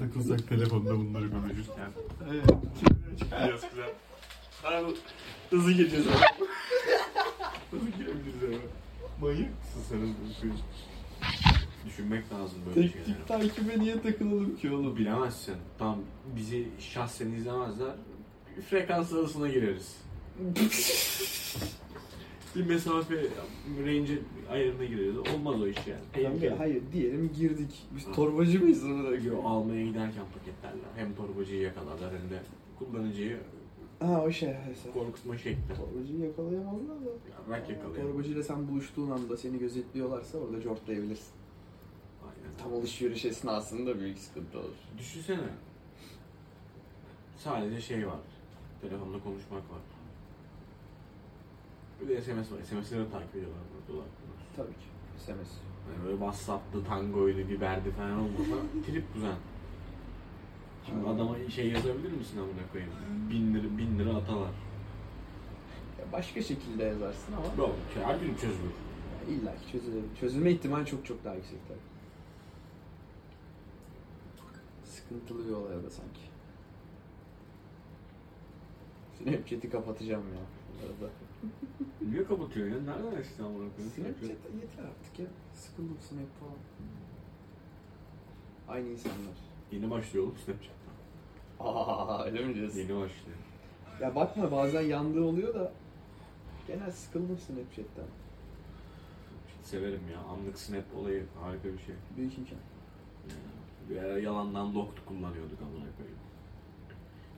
takılsak telefonda bunları konuşurken. Evet. Biraz güzel. Abi hızlı gireceğiz abi. hızlı girebiliriz abi. Manyak mısın sen hızlı bir şey? Düşünmek lazım böyle Tek şeyleri. tip takibe niye takılalım ki oğlum? Bilemezsin. Tam bizi şahsen izlemezler. Bir Frekans arasına gireriz. bir mesafe range ayarına gireriz. Olmaz o iş yani. Kanka, Tehlikeli. hayır diyelim girdik. Biz Ha. torbacı mıyız amına Yo, koyayım? almaya giderken paketlerler. Hem torbacıyı yakalarlar hem de kullanıcıyı Ha o şey hesap. korkutma şekli. Torbacıyı yakalayamazlar da. Rak yakalayalım. Torbacıyla sen buluştuğun anda seni gözetliyorlarsa orada jortlayabilirsin. Aynen. Tam alışveriş esnasında büyük sıkıntı olur. Düşünsene. Sadece şey var. Telefonla konuşmak var. Bir de SMS var. SMS'leri de takip ediyorlar burada. dolar. Tabii ki. SMS. Yani böyle WhatsApp'tı, tangoydu, biberdi falan olmasa trip kuzen. Şimdi Aynen. adama şey yazabilir misin amına koyayım? Bin lira, bin lira atalar. Ya başka şekilde yazarsın ama Yok, şey, her gün çözülür. ya illa ki çözülebilir. Çözülme ihtimali çok çok daha yüksek tabii. Sıkıntılı bir olay o da sanki. Snapchat'i kapatacağım ya. Bu arada. Niye kapatıyorsun ya? Nereden açtın amına koyayım? Snapchat yeter artık ya. Sıkıldım Snap falan. Aynı insanlar. Yeni başlıyor oğlum Snapchat'tan. Aa öyle mi diyorsun? Yeni başlıyor. Ya bakma bazen yandığı oluyor da genel sıkıldım Snapchat'ten. Severim ya. Anlık Snap olayı harika bir şey. Büyük imkan. Bir ara Ee, yalandan lokt kullanıyorduk amına koyayım.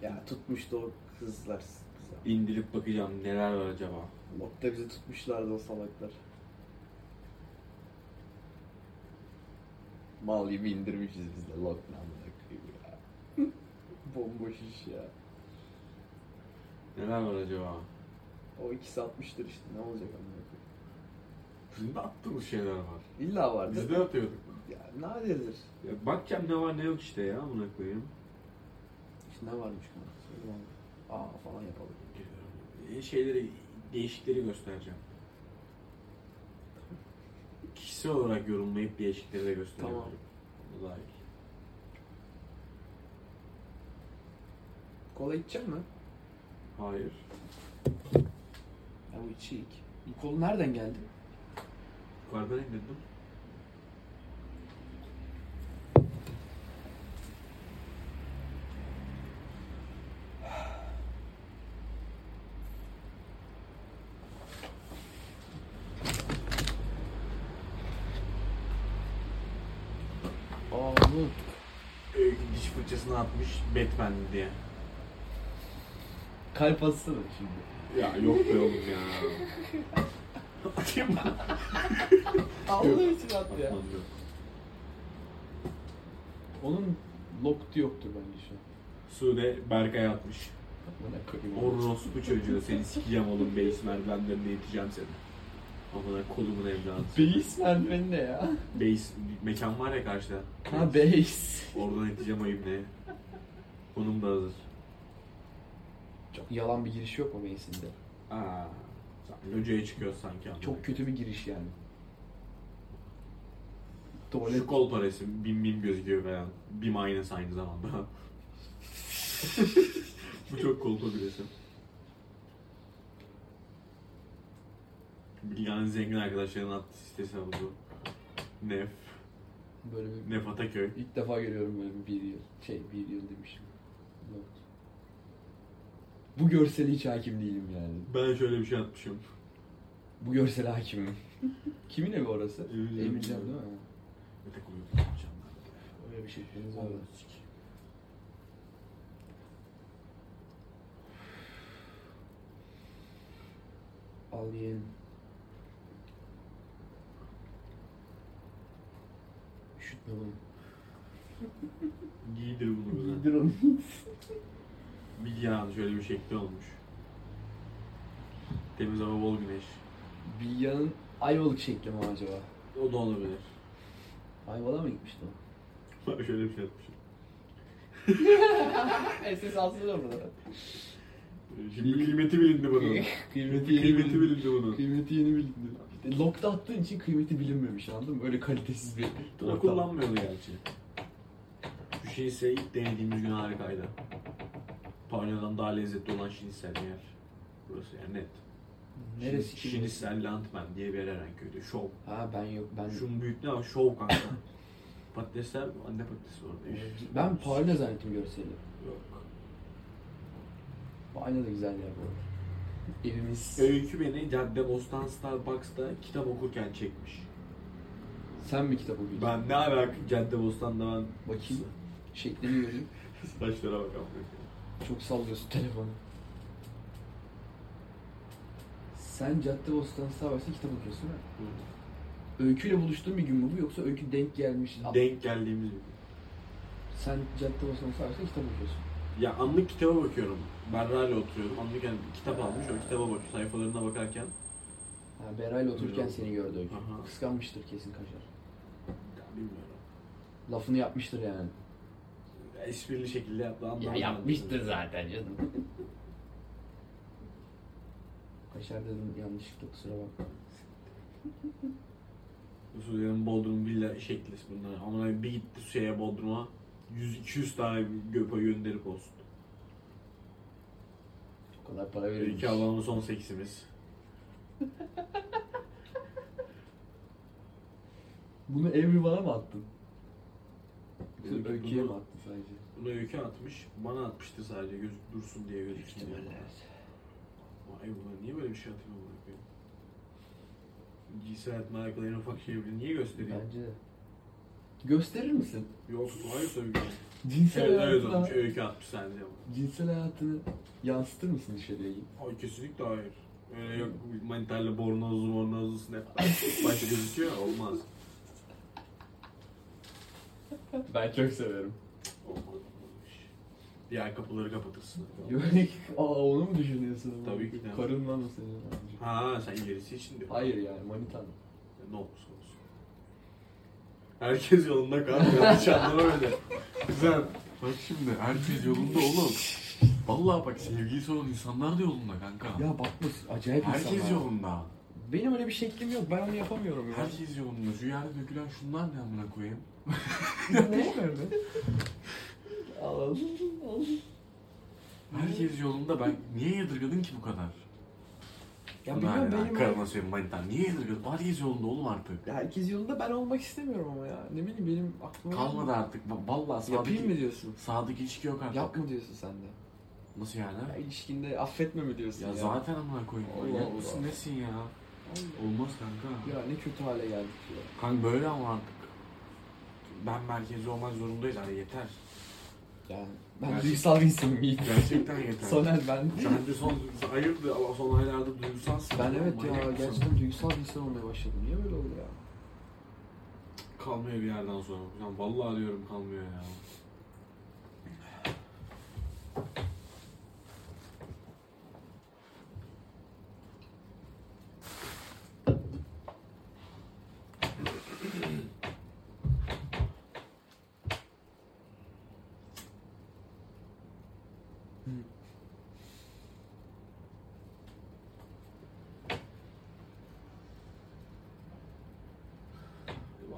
Ya tutmuştu o kızlar. kızlar. İndirip bakacağım neler var acaba. Lokta bizi tutmuşlardı o salaklar. Mal gibi indirmişiz biz de lok ne amına koyayım ya. Bomboş iş ya. Neler var acaba? O ikisi atmıştır işte ne olacak amına koyayım. Bizim de attığımız şeyler var. İlla vardır. Biz de atıyorduk. Ya nadirdir. Ya bakacağım ne var ne yok işte ya amına koyayım. İşte ne varmış kanka? Söyle bana. Aa falan yapalım. E, Şeyleri, değişikleri göstereceğim. Kişisel olarak yorumlayıp değişikleri de göstereceğim. Tamam. O daha iyi. Kola içecek mi? Hayır. Ya bu içecek. Bu kol nereden geldi? Yukarıdan indirdim. Aa bu. E, diş fırçasını atmış Batman diye. Kalp atsana şimdi. Ya yok be oğlum ya. Atayım mı? Allah için at ya. Atmam yok. Onun locked yoktur bence şu an. Sude Berkay atmış. Amına koyayım. Orospu çocuğu seni sikeceğim oğlum beis merdivenlerine yeteceğim seni. Amına kolumun evladı. Beis merdiven ne Hani ya? Beis mekan var ya karşıda. Ha beis. Oradan yeteceğim ayıp ne? Konum da hazır. Çok yalan bir giriş yok mu beysinde? Aa. sen Locaya çıkıyor sanki. amına. Çok kötü bir giriş yani. Tuvalet Şu kol parası bim bim gözüküyor falan. Bim aynası aynı zamanda. Bu çok kolpa bir resim. Bilgehan'ın zengin arkadaşlarının adlı sitesi abi bu. Nef. böyle bir... Nef Ataköy. İlk defa görüyorum böyle bir, bir yıl. Şey bir yıl demişim. Yok. Bu görsele hiç hakim değilim yani. Ben şöyle bir şey atmışım. Bu görsele hakimim. Kimin evi orası? Emin- Emincan değil mi? Ne tek uyudu canlar. Öyle bir şey. Vallahi sikeyim. Al yiyelim. Üşütme bunu. Giydir bunu bize. onu. Bilgehan şöyle bir şekli olmuş. Temiz hava bol güneş. Bilgehan'ın Ayvalık şekli mi acaba? O da olabilir. Ayvalık'a mı gitmişti o? Ben şöyle bir şey atmışım. Ses aslında burada. Şimdi kıymeti bilindi bunun. Kıymeti yeni Kıymeti bilindi. bilindi bunun. Kıymeti yeni bilindi. İşte Lock'ta attığın için kıymeti bilinmemiş anladın mı? Öyle kalitesiz bir Bunu kullanmıyordu gerçi. Şu şinse ilk denediğimiz gün harikaydı. Pavyondan daha lezzetli olan şinisel yer. Burası yani net. Neresi ki? Şinisel Lantman diye bir yer Erenköy'de. Şov. Ha ben yok ben Şunun büyüklüğü ama şov kanka. Patatesler, anne patatesi orada. Ben Paris'te zannettim görseli. Yok. Aynı da güzel yer bu. arada. Evimiz. Öykü beni Caddebostan Starbucks'ta kitap okurken çekmiş. Sen mi kitap okuyordun? Ben ne alaka Caddebostan'da ben Bakayım. Şeklini göreyim. Saçlara bak abi. Çok sallıyorsun telefonu. Sen Caddebostan Starbucks'ta kitap okuyorsun ha? Öyküyle buluştuğun bir gün mü bu yoksa öykü denk gelmiş? Denk geldiğimiz bir Sen Caddebostan Starbucks'ta kitap okuyorsun. Ya anlık kitaba bakıyorum. Berra'yla oturuyorum. Anlık yani bir kitap almış. O kitaba bak sayfalarına bakarken. Ha, Beray'la otururken Bilmiyorum. seni gördü öykü. Aha. Kıskanmıştır kesin kaşar. Ya bilmiyorum. Lafını yapmıştır yani. Ya esprili şekilde yaptı. Ya anlamadım. yapmıştır zaten canım. Kaşar dedim yanlışlıkla kusura bakma. Suriye'nin Bodrum villa şeklisi bunlar. Ama bir gitti şeye Bodrum'a. 100-200 tane göpa gönderip olsun. O kadar para verilmiş. İki ablamın son seksimiz. Bunu Emre bana mı attın? Bunu- Öykü'ye mi bunu- attın sadece? Bunu öykü atmış. Bana atmıştı sadece göz dursun diye gözüksün diye. Ay bunlar niye böyle bir şey atıyor amına koyayım? Cinsel hayat merakları en ufak şeyi bile niye gösteriyor? Bence de. Gösterir misin? Yok hayır tabii ki. Cinsel Evet evet hayatına, olmuş öykü atmış sence ama. cinsel hayatını yansıtır mısın dışarıya? Ay kesinlikle hayır. Öyle yok manitayla bornozlu bornozlu snaplar. Başka gözüküyor ya, olmaz. Ben çok severim. Olmaz. Diğer kapıları kapatırsın. Böyle aa onu mu düşünüyorsun? Tabii ki de. Karın lan o senin. Ha sen ilerisi için diyor. Hayır yani manitan. Ne olursa olsun. Herkes yolunda kaldı. Yanlış anlama öyle. Güzel. Bak şimdi herkes yolunda oğlum. Vallahi bak sevgilisi olan insanlar da yolunda kanka. Ya bakma acayip Herkes insanlar. yolunda. Benim öyle bir şeklim yok. Ben onu yapamıyorum ya. Herkes yolunda. Şu yerde dökülen şunlar ne amına koyayım? ne? Ağladım. Herkes yolunda. Ben niye yadırgadın ki bu kadar? Ya Bunlar bilmiyorum ya, benim Karına söyleyeyim manitan. Niye yadırgadın? Herkes yolunda oğlum artık. Herkes yolunda ben olmak istemiyorum ama ya. Ne bileyim benim aklıma... Kalmadı artık. Ba- Vallahi sadık, Yapayım mı diyorsun? sadık ilişki yok artık. Yapma diyorsun sen de. Nasıl yani? Ya ilişkinde affetme mi diyorsun Ya, ya? zaten amına koyayım. Allah Manyak Allah. mısın nesin ya? Olmaz kanka. Ya ne kötü hale geldik ya. Kanka böyle ama artık. Ben merkezi olmak zorundayız. Hani yeter. Yani ben Gerçek- duygusal bir insanım iyi. Gerçekten yeter. Soner ben. Sen de son hayırdır ama son aylarda duygusalsın. Ben evet ya Manyak mısın? gerçekten duygusal bir insan olmaya başladım. Niye böyle oldu ya? Kalmıyor bir yerden sonra. Ulan vallahi diyorum kalmıyor ya.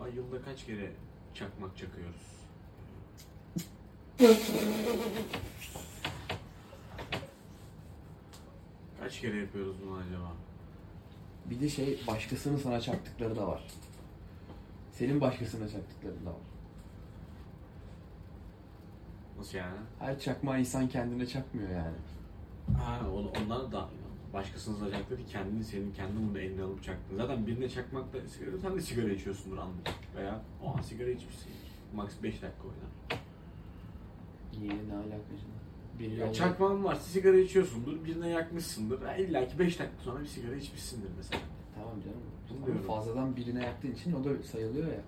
Ay yılda kaç kere çakmak çakıyoruz? kaç kere yapıyoruz bunu acaba? Bir de şey başkasının sana çaktıkları da var. Senin başkasına çaktıkları da var. Nasıl yani? Her çakma insan kendine çakmıyor yani. Ha, on, onlar da başkasınıza çaktı ki kendini senin kendin bunu eline alıp çaktın. Zaten birine çakmakla sigara sen de sigara içiyorsundur anlık. Veya o an sigara içmişsin. Max 5 dakika oynar. Niye ne alakası var? Biri Ya yolda- çakmağın varsa sigara içiyorsundur, birine yakmışsındır. Ha, İlla ki 5 dakika sonra bir sigara içmişsindir mesela. Tamam canım. Ama Bilmiyorum. fazladan birine yaktığın için o da sayılıyor ya.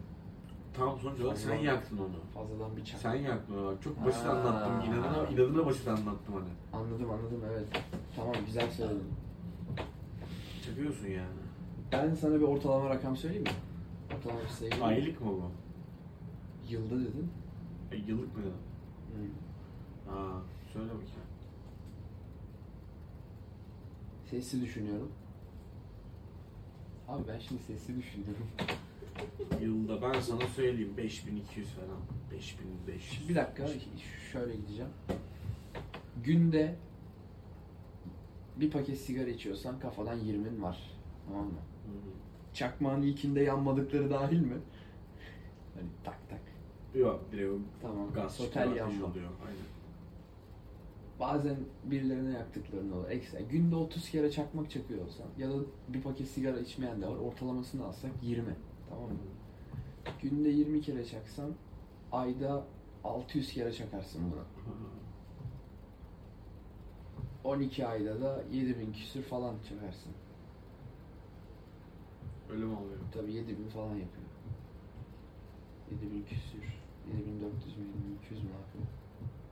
Tamam sonuç olarak sen Tamam. yaktın onu. Fazladan bir çak. Sen yaktın onu bak. Çok basit Ha. anlattım. İnadına, inadına basit anlattım hani. Anladım anladım evet. Tamam güzel söyledin. Çakıyorsun yani. Ben sana bir ortalama rakam söyleyeyim mi? Ortalama bir sayı. Aylık mı bu? Yılda dedin. Hmm. E, yıllık mı? Hı. Aa, söyle bakayım. Sesli düşünüyorum. Abi ben şimdi sesli düşünüyorum. Yılda ben sana söyleyeyim 5200 falan. 5500. Bir dakika ş- şöyle gideceğim. Günde bir paket sigara içiyorsan kafadan 20'nin var. Tamam mı? Hı hı. Çakmağın ilkinde yanmadıkları dahil mi? Hani tak tak. Yok direkt o Tamam. gaz Otel çıkıyor, ateş yanma. oluyor. Aynen. Bazen birilerine yaktıkların olur. Ekstra. Günde 30 kere çakmak çakıyor olsan ya da bir paket sigara içmeyen de var. Ortalamasını alsak 20. Tamam mı? Günde 20 kere çaksan ayda 600 kere çakarsın bunu. 12 ayda da 7000 küsür falan çakarsın. Öyle mi oluyor? Tabii 7000 falan yapıyor. 7000 küsür. 7400 mü 7200 mü yapıyor?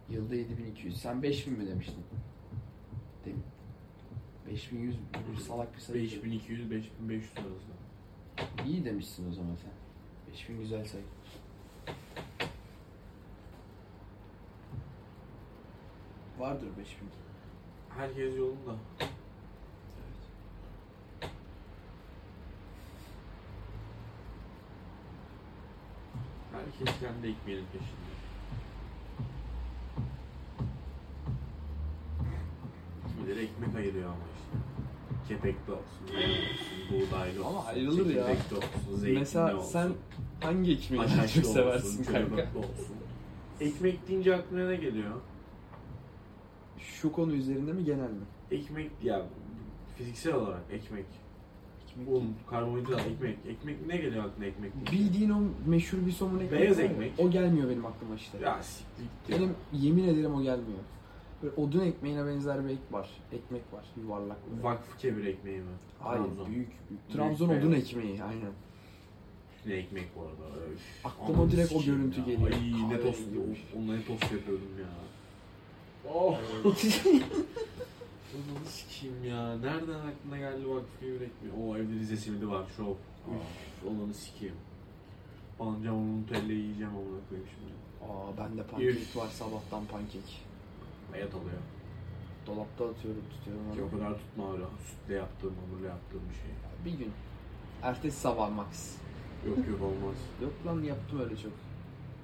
Yılda 7200. Sen 5000 mi demiştin? Demin. 5100 bir salak bir sayı. 5200 5500 arası. İyi demişsin o zaman sen. 5000 güzel sayı. Vardır 5000. Herkes yolunda. Herkes kendi ekmeğinin peşinde. Kimileri ekmek ayırıyor ama işte. Kepekli olsun, yağ olsun, buğdaylı olsun, Ama ayrılır ya. çekirdekli olsun, zeytinli olsun. hangi ekmeği Haşhaşlı olsun, kömürlü olsun. Ekmek deyince aklına ne geliyor? Şu konu üzerinde mi genel mi? Ekmek ya fiziksel olarak ekmek. Ekmek. Un, karbonhidrat, ekmek. Ekmek ne geliyor aklına ekmek? deyince? Bildiğin o meşhur bir somun ekmeği Beyaz var ya, ekmek. O gelmiyor benim aklıma işte. Ya siktir git ya. Benim yemin ederim o gelmiyor. Böyle odun ekmeğine benzer bir ek var. Ekmek var. Yuvarlak. böyle. Vakfı kebir ekmeği mi? Hayır Trabzon. büyük büyük. Trabzon beyaz. odun ekmeği aynen. Ne ekmek bu arada. Öf. Aklıma Ananı direkt o sikeyim görüntü ya. geliyor. Ay ne Kahverengi tost. olmuş. Of, Onunla ne tost yapıyordum ya. Oh. Ananı sikeyim ya. Nereden aklına geldi vakfı kebir ekmeği? O evde Rize simidi var. Şov. Üf. Ananı sikeyim. Pancar onun telli yiyeceğim amına koyayım şimdi. Aa bende pankek Üf. var sabahtan pankek. Hayat alıyor. Dolapta atıyorum tutuyorum. Ki o arada. kadar tutma öyle sütle yaptığım, hamurla yaptığım bir şey. Bir gün. Ertesi sabah max. Yok yok olmaz. Yok lan yaptım öyle çok.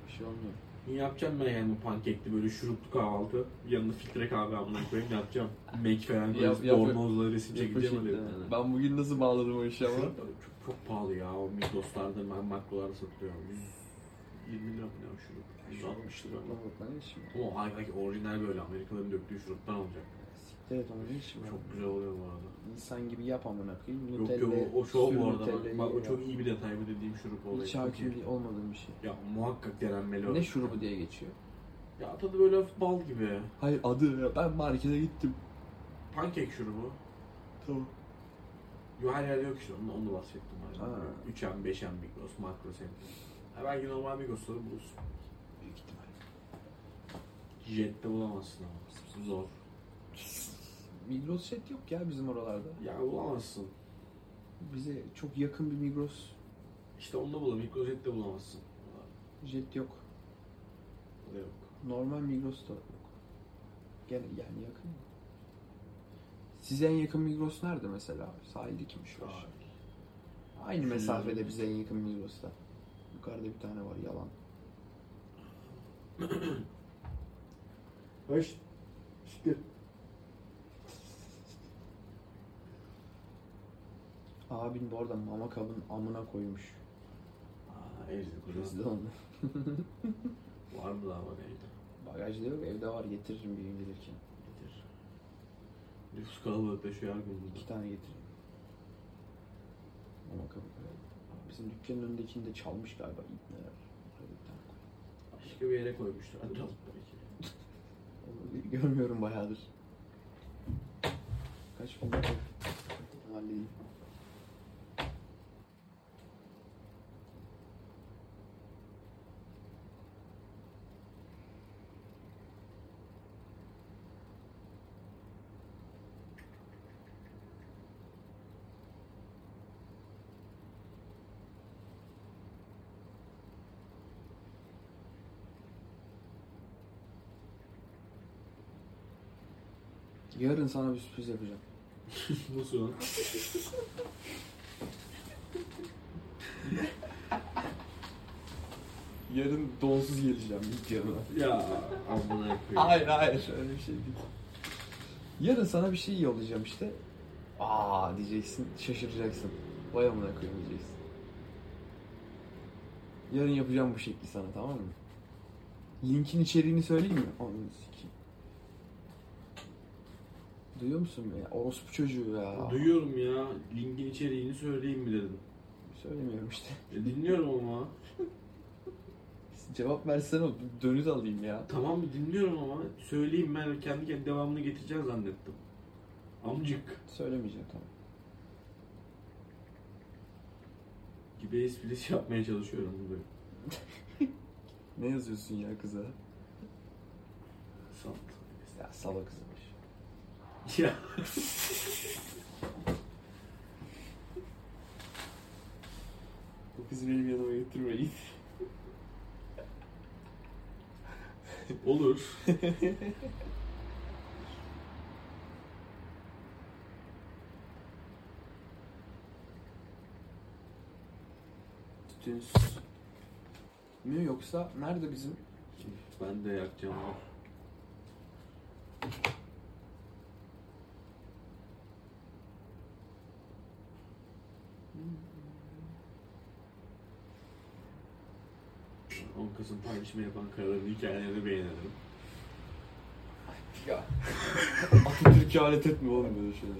Bir şey olmuyor. Ne yapacağım ben yani bu pankekli böyle şuruplu kahvaltı. Yanına filtre kahve amına koyayım ne yapacağım? Mek falan Yap- koyup yap- bornozla resim çekeceğim öyle bir tane. şey Ben bugün nasıl bağladım o işi ama. Şurup da çok, çok pahalı ya. O Migros'larda, ben makrolarda satılıyor. 120 lira mı ne o şurup? 160 lira mı? Lan ne işim var? Ama hakikaten orijinal böyle Amerikalıların döktüğü şuruptan olacak. Siktir et onu ne işim var? Çok güzel oluyor bu arada. İnsan gibi yap amına koyayım. Yok Nutella, yok o, o şov sür bu arada. Nutella'yı Bak, bak o yap. çok iyi bir detay bu dediğim şurup olayı. Hiç Çok iyi. hakim olmadığım bir şey. Ya muhakkak denenmeli o. Ne şurubu diye geçiyor? Ya tadı böyle hafif bal gibi. Hayır adı ben markete gittim. Pankek şurubu. Tamam. Yo her yerde yok işte onu, onu bahsettim. Ha. Hani. 3M, 5M Migros, Makro Center. Ha, belki normal Migros'ları bulursun. Büyük ihtimal. Jet'te bulamazsın ama. Zor. Migros set yok ya bizim oralarda. Ya bulamazsın. Bize çok yakın bir Migros İşte onu da bulamazsın. Migros Jet'te bulamazsın. jet yok. O da yok. Normal Migros da yok. Gene yani yakın. Size en yakın Migros nerede mesela? Sahildeki mi şu? an? Aynı Şu- mesafede bize en yakın Migros'ta. Yukarıda bir tane var yalan. Hoş. İşte. Abin bu arada mama kabın amına koymuş. Aa, evde Bizde kuruyorsun. onu. Var mı daha bak evde? Bagajda yok evde var getiririm bir gün gelirken. Getir. Nüfus kalabalıklaşıyor her gün İki burada. tane getireyim. Mama kabı koyalım. Bizim dükkanın önündekini de çalmış galiba ipneler. Oraya bir tane koy. Başka bir yere koymuşlar. Hadi alıp belki. Onu Görmüyorum bayağıdır. Kaç gün oldu? Halledeyim. Yarın sana bir sürpriz yapacağım. Nasıl lan? Yarın donsuz geleceğim dükkana. Ya amına koyayım. Hayır hayır öyle bir şey değil. Yarın sana bir şey yollayacağım işte. Aa diyeceksin şaşıracaksın. Vay amına koyayım diyeceksin. Yarın yapacağım bu şekli sana tamam mı? Linkin içeriğini söyleyeyim mi? Ananı sikeyim. Duyuyor musun beni? Orospu çocuğu ya. Duyuyorum ya. Linkin içeriğini söyleyeyim mi dedim. Söylemiyorum işte. E, dinliyorum ama. Cevap versene bir dönüz alayım ya. Tamam dinliyorum ama. Söyleyeyim ben kendi kendi devamını getireceğim zannettim. Amcık. Söylemeyeceğim tamam. Gibi esprisi yapmaya çalışıyorum bunu. Ne yazıyorsun ya kıza? Salt. Ya salak kızmış. Ya. Bu kızı benim yanıma getirmeyin. Olur. Tütün mi yoksa nerede bizim? Ben de yakacağım. On Kasım paylaşımı yapan kararın hikayelerini beğenirim. Ya. Atatürk'e alet etme oğlum böyle şeyler.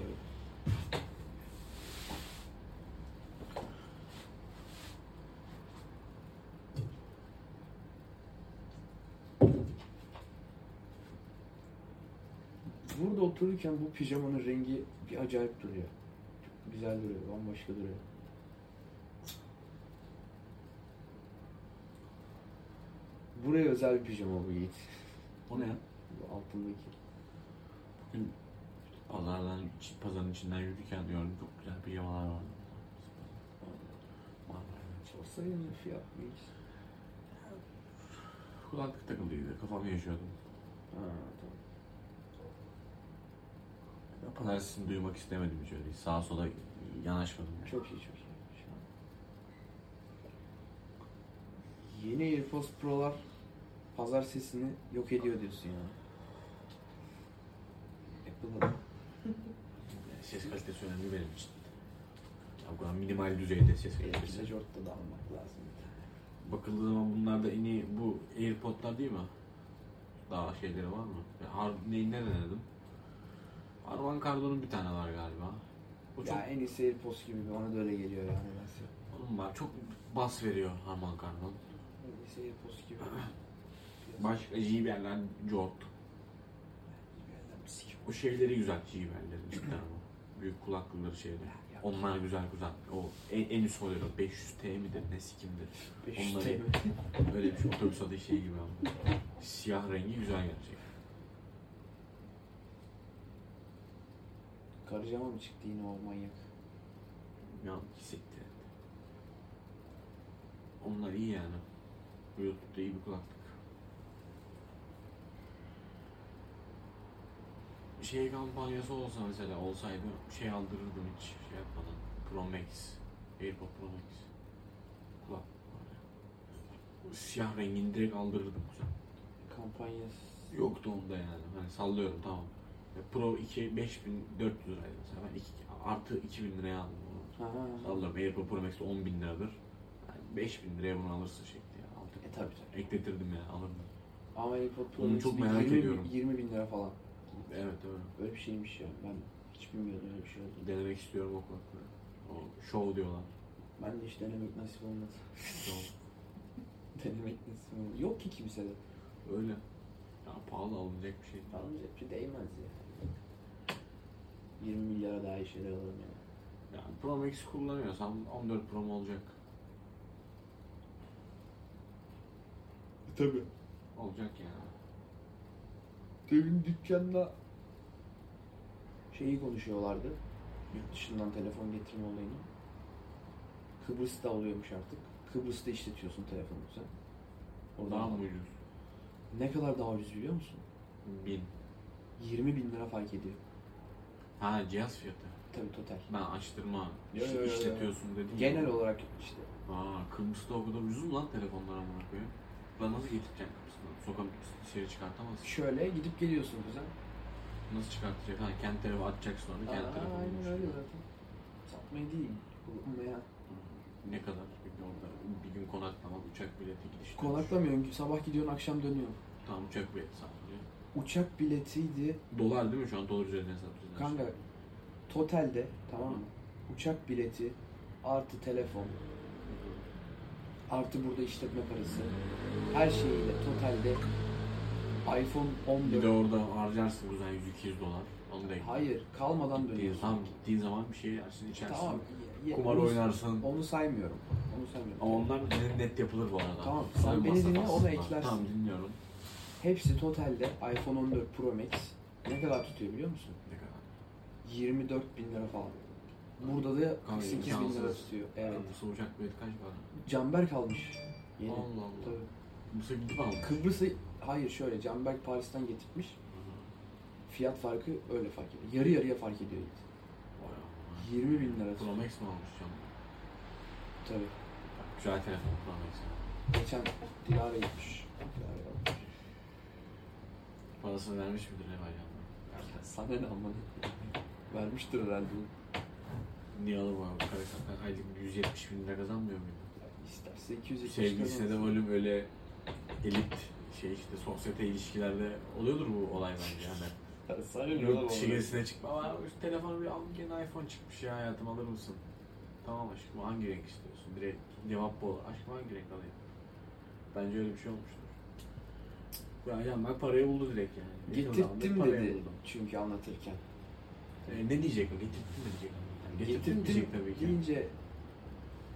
Burada otururken bu pijamanın rengi bir acayip duruyor. Çok güzel duruyor, bambaşka duruyor. Buraya özel bir pijama bu Yiğit. O ne ya? Bu altındaki. Pazardan, iç- pazarın içinden yürürken diyorum çok güzel pijamalar var. Olsa yine fiyat büyük. Kulaklık takılıydı. Kafamı yaşıyordum. Ha tamam. Pınar sesini duymak istemedim hiç öyle. Sağa sola yanaşmadım. yani. Çok iyi çok iyi. Şu an. Yeni AirPods Pro'lar pazar sesini yok ediyor diyorsun yani. Apple'ın Ses kalitesi önemli benim için. Ya bu kadar minimal düzeyde ses kalitesi. bize Jort'ta da almak lazım. Bakıldığı zaman bunlarda en iyi bu AirPod'lar değil mi? Daha şeyleri var mı? Ya Har neyinde denedim? Arvan Cardon'un bir tane var galiba. O çok, Ya en iyisi AirPods gibi bana da öyle geliyor yani. nedense. onun var. Çok bas veriyor Harman Kardon. En iyisi AirPods gibi. Başka JBL'ler Jort. O şeyleri güzel JBL'lerin cidden ama. Büyük kulaklıları şeyleri. Onlar güzel güzel. O en, en üst modeli o. 500T midir ne sikimdir. Onları- Onları... Öyle bir şey otobüs adı şey gibi ama. Siyah rengi güzel gerçek. Karıcama mı çıktı yine o manyak? Ya hissetti. Onlar iyi yani. Bluetooth'ta iyi bir kulaklık. Şey kampanyası olsa mesela olsaydı şey aldırırdım hiç şey yapmadan. Pro Max. AirPod Pro Max. Kulaklık var ya. Bu Siyah rengini direkt aldırırdım güzel. Kampanyası. Yoktu onda yani. Hani sallıyorum tamam. Ya Pro 2 5400 liraydı mesela. Ben iki, artı 2000 liraya aldım onu. Ha, ha, ha. Sallıyorum AirPod Pro Max'te 10 bin liradır. Yani 5 bin liraya bunu alırsın şekli ya. Altı E tabii tabii. Ekletirdim ya alırdım. Ama AirPod Pro Onu Max çok bir merak 20, ediyorum. 20 bin lira falan. Evet öyle. Böyle bir şeymiş ya. Ben hiç bilmiyordum öyle bir şey olduğunu. Denemek istiyorum o kulaklığı. O show diyorlar. Ben de hiç denemek nasip olmadı. Show. denemek nasip olmadı. Yok ki kimsede. öyle. Ya pahalı alınacak bir şey. değil. Alınca bir şey değmez ya. 20 milyara daha iyi şeyler alırım yani. Yani Pro Max kullanıyorsam 14 Pro mu olacak? Tabii. Olacak yani. Devin dükkanla şeyi konuşuyorlardı. Yurt dışından telefon getirme olayını. Kıbrıs'ta oluyormuş artık. Kıbrıs'ta işletiyorsun telefonu sen. Daha Oradan mı ucuz? ne kadar daha ucuz biliyor musun? 1000. 20 bin lira fark ediyor. Ha cihaz fiyatı. Tabii total. Ben açtırma Yo, iş- yo, yo, yo. işletiyorsun dedin ya. Genel olarak işte Aa Kıbrıs'ta o kadar ucuz mu lan telefonlar amına koyayım? Ben nasıl getireceğim kapısından? Sokak dışarı çıkartamazsın. Şöyle gidip geliyorsun kuzen. Nasıl çıkartacak? Ha kendi tarafı atacaksın onu. Kendi Aa, tarafı aynen bulmuş. öyle zaten. Satmayı değil. Kullanmaya. Hmm, Ne kadar? Bir, orada bir gün konaklama, uçak bileti gidiş. Konaklamıyorsun ki sabah gidiyorsun akşam dönüyorsun. Tamam uçak bileti sadece. Uçak biletiydi Dolar değil mi şu an dolar üzerinden hesaplıyorsun? kanka totalde tamam mı? Uçak bileti artı telefon artı burada işletme parası her şeyiyle totalde iPhone Bir de 14 orada harcarsın güzel 100-200 dolar. Onu da hayır kalmadan Gittiğin, dönüyorsun. tam gittiğin zaman bir şey yersin, içersin. Tamam. ye- Kumar onu- oynarsın. Onu saymıyorum. Onu saymıyorum. Ama onlar en net yapılır bu arada. Tamam, Tabii sen beni masraf dinle, aslında. onu eklersin. Tamam dinliyorum. Hepsi totalde iPhone 14 Pro Max ne kadar tutuyor biliyor musun? Ne kadar? 24 bin lira falan. Burada da Kanka, 48 bin lira imkansız. tutuyor. Evet. Kıbrıs'a uçak bileti kaç para? Canberk almış. Yeni. Allah Allah. Tabii. Kıbrıs'a gidip al. Kıbrıs'ı hayır şöyle Canberk Paris'ten getirmiş. Fiyat farkı öyle fark ediyor. Yarı yarıya fark ediyor. 20 bin lira. Pro Max mi almış canım? Tabii. Güzel telefon Pro Max. Geçen Dilara gitmiş. Dilara'ya almış. Parasını vermiş midir ne bayağı? Ya Sana ne amına? Vermiştir herhalde. Niye alır bu abi? Kara kara aylık 170 bin lira kazanmıyor muydu? Ya İsterse 200 Sevgilisine de böyle böyle elit şey işte sosyete ilişkilerde oluyordur bu olay bence yani. Sana ne Yok oğlum? çilesine çıkma. Ama şu telefonu bir al gene iPhone çıkmış ya hayatım alır mısın? Tamam aşkım hangi renk istiyorsun? Direkt cevap bu. Aşkım hangi renk alayım? Bence öyle bir şey olmuştur. Ya yani ben parayı buldu direkt yani. Yakın zamanda Getirttim parayı dedi buldu. çünkü anlatırken. E, ne diyecek o? Getirttim mi diyecek? Yani getirttim, Getirttim diyecek tabii ki. deyince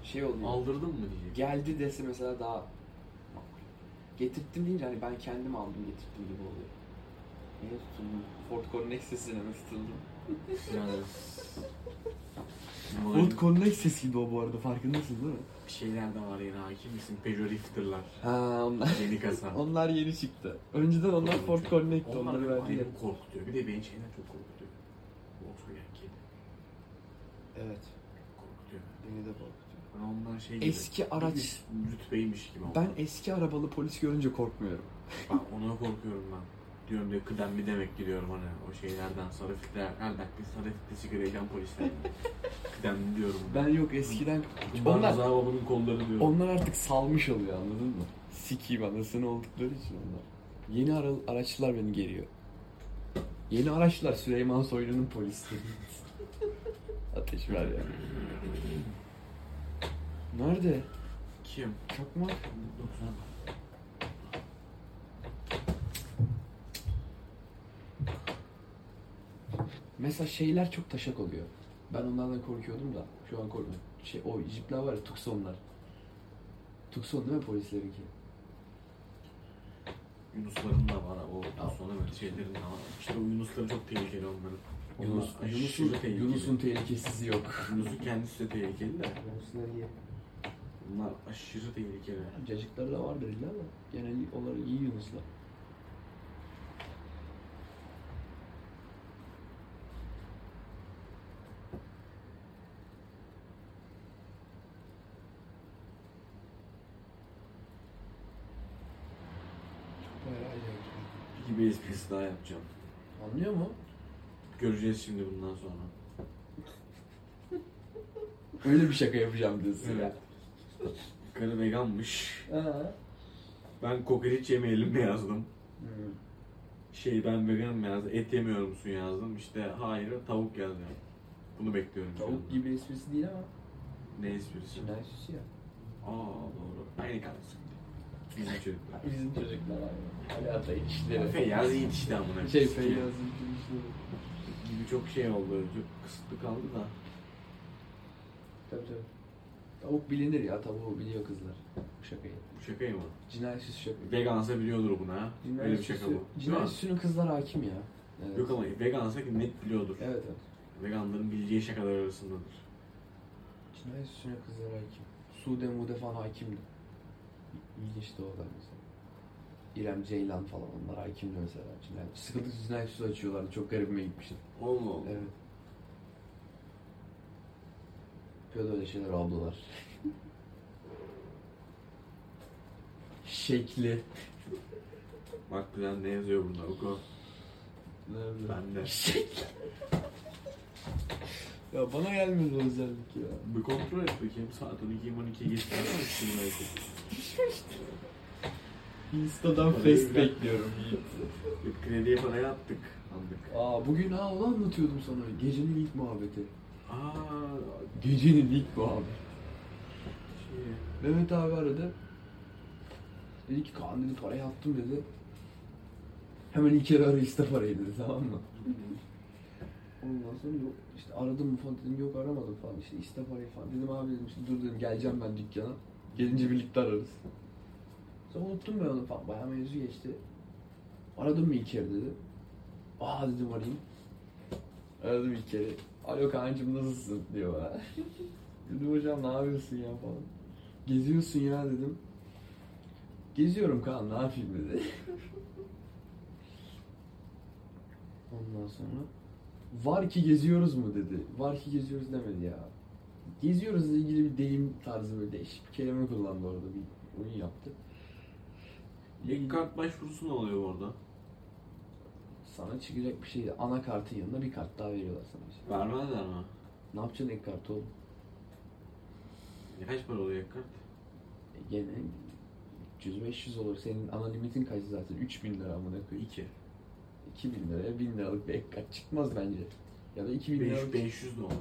şey oluyor. Aldırdın mı diyecek. Geldi dese mesela daha makul. Getirttim deyince hani ben kendim aldım getirttim gibi oluyor. Niye tutuldum? Ford Connexus'ine mi tutuldum? Yani... Bunların Ford Connexus gibi o bu arada farkındasın değil mi? bir şeyler de var yine hakim misin? Pejorifter'lar. Ha onlar. Yeni kasa. onlar yeni çıktı. Önceden onlar Ford Connect'ti. Onlar Onları beni verdiler. ayrı korkutuyor. Bir de beni şeyden çok korkutuyor. Volkswagen kedi. Evet. Korkutuyor. Beni de korkutuyor. Ben ondan şey gibi. Eski araç. bir Rütbeymiş gibi. Ben oldu. eski arabalı polis görünce korkmuyorum. Bak ona korkuyorum ben. Diyorum diyor kıdemli demek ki diyorum hani o şeylerden sarı fitler. Her dakika sarı fitle sigara içen polisler. kıdemli diyorum. Ben yok eskiden Onlar... Onlar- Zababının kolları diyorum. Onlar artık salmış oluyor anladın mı? Sikiyim anasını oldukları için onlar. Yeni ara- araçlar beni geriyor. Yeni araçlar Süleyman Soylu'nun polisleri. Ateş ver ya. Nerede? Kim? Çakmak. 90. Mesela şeyler çok taşak oluyor. Ben onlardan korkuyordum da şu an korkmuyorum. Şey o jipler var ya Tucson'lar. Tukson değil mi polislerinki? Yunusların da var o sonra böyle şeylerin de var. İşte o Yunusları çok tehlikeli onların. Yunus, Onlar aşırı Yunus'un, tehlikeli. Yunus'un tehlikesizi yok. Yunus'un kendisi de tehlikeli de. Yunus'un iyi. Bunlar aşırı tehlikeli. Cacıkları da vardır illa ama genel olarak iyi yunuslar. İki bir esprisi daha yapacağım. Anlıyor mu? Göreceğiz şimdi bundan sonra. Öyle bir şaka yapacağım diyorsun Evet. Karı veganmış. ya. Aa. Ben kokoreç yemeyelim mi yazdım. Hmm. Şey ben vegan mı yazdım. Et yemiyor musun yazdım. İşte hayır tavuk yazdım. Bunu bekliyorum. şu Tavuk anda. gibi esprisi değil ama. Ne esprisi? Çinay süsü ya. Aa doğru. Aynı kalsın. Bizim çocuklar. Bizim çocuklar abi. Hayata ilişkileri. Feyyaz iyi işte amına. Şey Eski Feyyaz'ın ilişkileri. Gibi çok şey oldu. Çok kısıtlı kaldı da. Tabii tabii. Tavuk bilinir ya tavuğu biliyor kızlar. Bu şakayı. Bu şakayı mı? Cinayet süsü şaka. Vegansa biliyordur bunu ha. Böyle bir Cinayet şaka süsü, bu. Değil mi? cinayet süsünün kızlar hakim ya. Evet. Yok ama vegansa net biliyordur. Evet evet. Veganların bileceği şakalar arasındadır. Cinayet süsünün kızlar hakim. Sude Mude falan hakimdi. İlginçti o da mesela. İrem Ceylan falan onlar hakimdi mesela. Cinayet, sıkıntı cinayet süsü açıyorlardı. Çok garibime gitmişti. Allah Allah. Evet. Yapıyordu öyle şeyler ablalar. Şekli. Bak güzel ne yazıyor bunda oku. Ben de. Şekli. Ya bana gelmedi o özellik ya. Bir kontrol et bakayım saat 12 12 geçti ama şimdi belki. Insta'dan Parayı bırak. face bekliyorum Yiğit. Bir krediye parayı attık. Aldık. Aa bugün ha onu anlatıyordum sana. Gecenin ilk muhabbeti. Aa Gecenin ilk muhabbeti. şey. Mehmet abi aradı. Dedi ki Kaan dedi parayı attım dedi. Hemen ilk kere ara iste parayı dedi tamam mı? Ondan sonra yok işte aradım mı falan dedim yok aramadım falan işte iste parayı falan. Dedim abi dedim işte dur dedim geleceğim ben dükkana. Gelince birlikte ararız. Sonra unuttum ben onu falan bayağı mevzu geçti. Aradım mı ilk kere dedi. Aa dedim arayayım. Aradım ilk kere. Alo kancım nasılsın diyor bana. dedim hocam ne yapıyorsun ya falan. Geziyorsun ya dedim. Geziyorum Kaan ne yapayım dedi. Ondan sonra var ki geziyoruz mu dedi. Var ki geziyoruz demedi ya. Geziyoruzla ilgili bir deyim tarzı böyle değişik bir kelime kullandı orada bir oyun yaptı. İlk kart başvurusu ne oluyor bu arada? Sana çıkacak bir şey ana kartın yanına bir kart daha veriyorlar sana. işte. Vermezler mi? Ne yapacaksın ek kartı oğlum? E, Kaç para oluyor ilk kart? E, Gene 300-500 olur. Senin ana limitin kaç zaten? 3000 lira amına koyayım. 2. 2000 liraya 1000 liralık bir ek kart çıkmaz bence. Ya da 2000 500, liralık... 500 ne olur?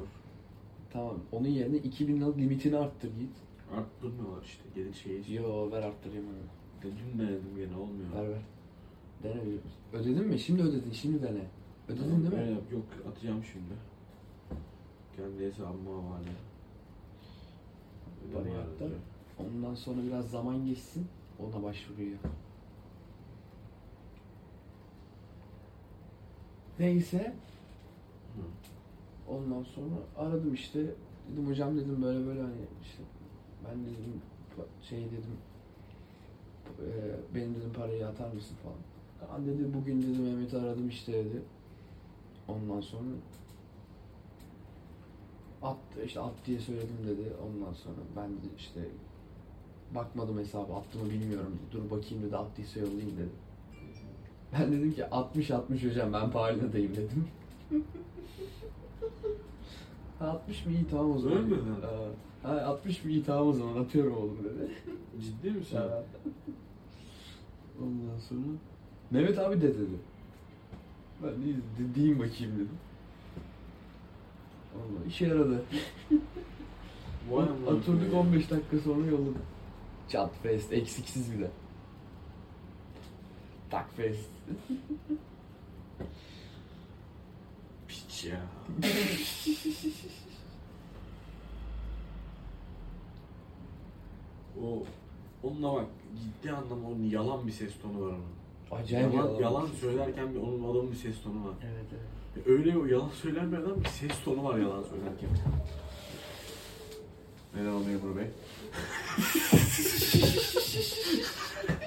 Tamam. Onun yerine 2000 liralık limitini arttır git. Arttırmıyorlar işte. Gelir şey için. Yo ver arttırayım onu. Dün denedim gene olmuyor. Ver ver. Dene bir. Ödedin mi? Şimdi ödedin. Şimdi dene. Ödedin değil mi? Öyle yap. Yok atacağım şimdi. Kendi hesabıma havale. Parayı at da. Ondan sonra biraz zaman geçsin. Ona başvuruyu yap. Neyse. Ondan sonra aradım işte. Dedim hocam dedim böyle böyle hani işte ben dedim şey dedim e, benim dedim parayı atar mısın falan. Kaan dedi bugün dedim Mehmet'i aradım işte dedi. Ondan sonra at işte at diye söyledim dedi. Ondan sonra ben de işte bakmadım hesabı attı mı bilmiyorum dedi. Dur bakayım dedi attıysa yollayayım dedi. Ben dedim ki 60 60 hocam ben Paris'teyim dedim. 60 mı iyi tamam o zaman. Öyle mi? Aa, Ha, 60 mı iyi tamam o zaman atıyorum oğlum dedi. Ciddi misin? Ha. Ondan sonra Mehmet abi de dedi. Ben de de- diyeyim bakayım dedim. Allah işe yaradı. Vay amına Oturduk koyayım. 15 dakika sonra yolladım. Chat fest eksiksiz bir de. Tak fest. Piç ya. o onunla bak ciddi anlamda onun yalan bir ses tonu var onun. Acayip şey. Yalan, yalan. yalan, söylerken bir onun adamın bir ses tonu var. Evet evet. Öyle o yalan söyleyen bir adam bir ses tonu var yalan söylerken. Neden oluyor bunu bey?